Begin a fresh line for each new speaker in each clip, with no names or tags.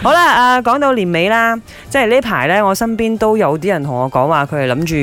好啦，啊講到年尾啦，即係呢排呢，我身邊都有啲人同我講話，佢係諗住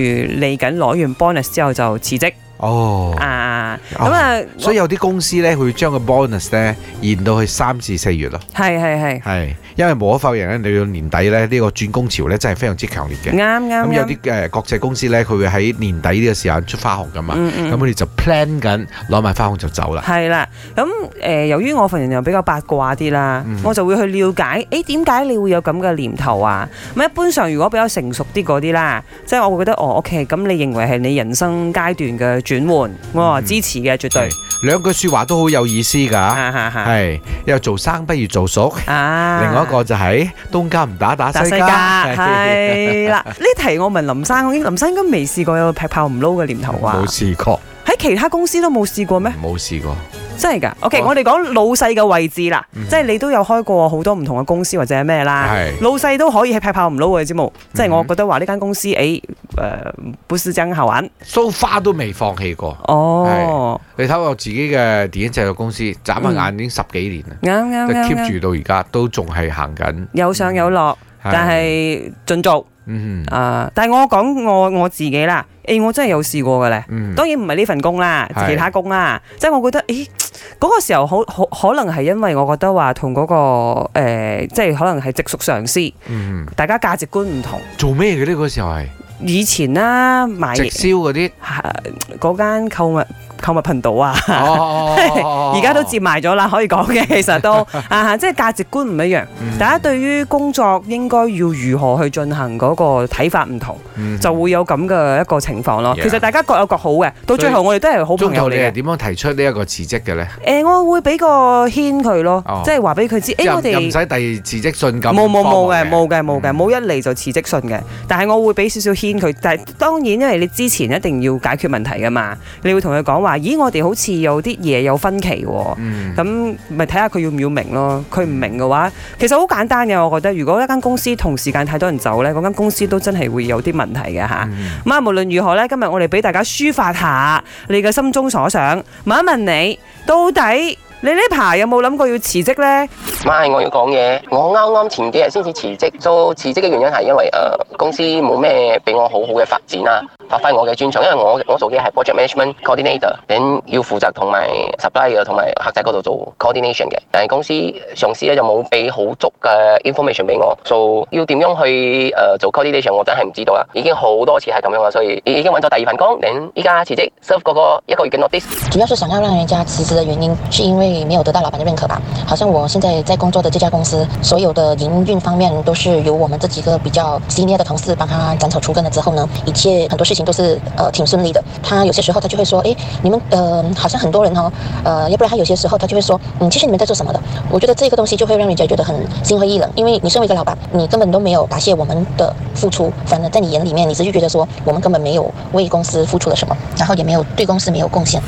嚟緊攞完 bonus 之後就辭職
哦，
啊。
哦
咁啊，
所以有啲公司咧，佢會將個 bonus 咧延到去三至四月咯。
係係係，
係，因為無可否認咧，你到年底咧，呢、個轉工潮咧真係非常之強烈嘅。
啱嗯啱
咁有
啱。
啲誒國際公司咧，佢會喺年底呢個時間出花紅噶嘛，
嗯
咁
嗯，
佢哋就 plan 緊攞埋花紅就走啦。
係啦。咁誒、呃由於我份人又比較八卦啲啦，
嗯
我就會去了解，誒點解你會有咁嘅念頭啊？咁一般上如果比較成熟啲嗰啲啦，即係我會覺得，哦，OK，咁你認為係你人生階段嘅轉換，我話
嗯
支持嘅，絕對
係。兩句説話都好有意思㗎，
啊哈哈
嗯係又做生不如做熟，
啊
另外一個就係東家唔打打
打
西
西
家，
家
係
係啦，呢題我問林生，林生應該未試過有劈炮唔撈嘅念頭啊
冇？試過，
喺其他公司都冇試過咩？
冇試過。
真係㗎？OK，
我
我哋講老細嘅位置啦，
嗯
即係你都有開過好多唔同嘅公司或者係咩啦
係，
老細都可以係劈炮唔撈嘅啫冇，即係我
嗯
覺得話呢間公司誒誒不是真好玩
so far 都未放棄過。
哦，
你睇我自己嘅電影製作公司，眨下眼已經十幾年啦，
啱嗯啱
都
啱
keep
啱
住嗯到而家都仲係行緊。
有上有落，但係盡做
嗯
啊！但係我講我我自己啦，誒我真係有試過嘅咧。
嗯，
當然唔係呢份工啦，
係
其他工啦，即係我覺得，咦，嗰、個時候好可可能係因為我覺得話同嗰個、呃、即係可能係直屬上司，
嗯
大家價值觀唔同。
做咩嘅呢？嗰時候係
以前啦，買
直銷 嗰啲，
啊嗰間購物購物頻道啊，
哦
而家都接埋咗啦，可以講 嘅，其實都啊，即係價值觀唔一樣，
嗯
大家對於工作應該要如何去進行嗰個睇法唔同，
嗯
就會有咁嘅一個情況咯。
Yeah
其實大家各有各好嘅，到最後我哋都係好
中
朋友
途
嚟
你
嘅
係。點樣提出呢一個辭職嘅咧？
誒、我會俾個牽佢咯，
哦
即係話俾佢知，誒、
即係
我
又唔
哋
使遞辭職信咁。
冇冇冇嘅，冇嘅冇嘅，
嗯
冇、一嚟就辭職信嘅。但係我會俾少少牽佢，但係當然因為你之前一定要解決問題噶嘛，你會同佢講話，咦，我哋好似有啲嘢有分歧喎、
嗯
咁咪睇下佢要唔要明咯，佢唔明嘅話，其實好簡單嘅，我覺得。如果一間公司同時間太多人走呢，嗰間公司都真係會有啲問題嘅嚇。
嗯
咁啊，無論如何咧，今日我哋俾大家抒發下你嘅心中所想，問一問你，到底你呢排有冇諗過要辭職呢？
咪我要講嘢，我啱啱前幾日先至辭職，都辭職嘅原因係因為誒、呃公司冇咩俾我好好嘅發展啦，發揮我嘅專長，因為我我做嘅係 project management coordinator，咁要負責同埋 supply 同埋客仔嗰度做 coordination 嘅，但係公司上司咧就冇俾好足嘅 information 俾我，做要點樣去誒、呃做 coordination 我真係唔知道啦，已經好多次係咁樣啦，所以已已經揾咗第二份工，咁依家辭職 serve 嗰個一個月嘅 notice。
主要是想要让人家辞职的原因，是因为没有得到老板的认可吧？好像我现在在工作的这家公司，所有的营运方面都是由我们这几个比较 senior 的同事帮他斩草除根了之后呢，一切很多事情都是呃挺顺利的。他有些时候他就会说，诶，你们呃好像很多人哦，呃，要不然他有些时候他就会说，嗯，其实你们在做什么的？我觉得这个东西就会让人家觉得很心灰意冷，因为你身为一个老板，你根本都没有答谢我们的付出，反而在你眼里面，你只是觉得说我们根本没有为公司付出了什么，然后也没有对公司没有贡献。